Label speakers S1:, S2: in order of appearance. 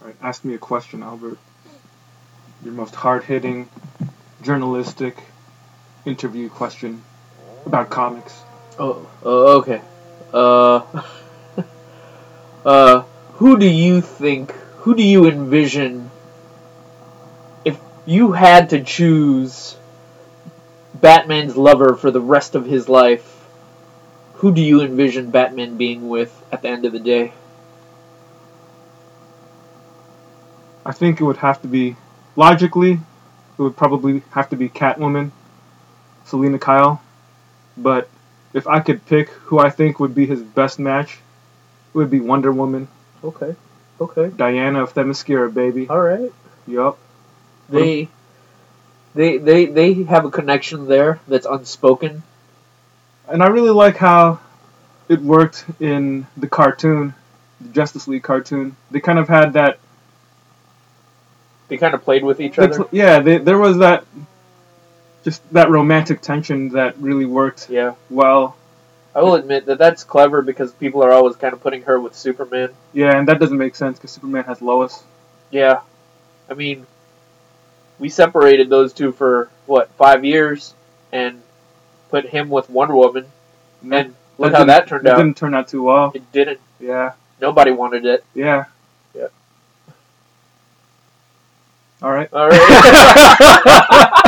S1: All right, ask me a question, Albert. Your most hard hitting, journalistic interview question about comics.
S2: Oh, oh, okay. Uh, uh, who do you think? Who do you envision? If you had to choose Batman's lover for the rest of his life, who do you envision Batman being with at the end of the day?
S1: I think it would have to be, logically, it would probably have to be Catwoman, Selena Kyle. But if I could pick who I think would be his best match, it would be Wonder Woman,
S2: Okay, okay,
S1: Diana of Themyscira, baby.
S2: all right.
S1: Yup.
S2: They, they, they, they have a connection there that's unspoken.
S1: And I really like how it worked in the cartoon, the Justice League cartoon. They kind of had that
S2: They kind of played with each
S1: They pl- yeah, they, there was that just that romantic tension that really worked
S2: Yeah,
S1: well.
S2: I will admit that that's clever because people are always kind of putting her with Superman.
S1: Yeah, and that doesn't make sense because Superman has Lois.
S2: Yeah, I mean, we separated those two for what five years and put him with Wonder Woman,
S1: And
S2: and look how
S1: didn't-
S2: that turned out.
S1: didn't turn out too well.
S2: It didn't.
S1: Yeah,
S2: Nobody wanted it.
S1: yeah,
S2: Yeah.
S1: All right.
S2: All right.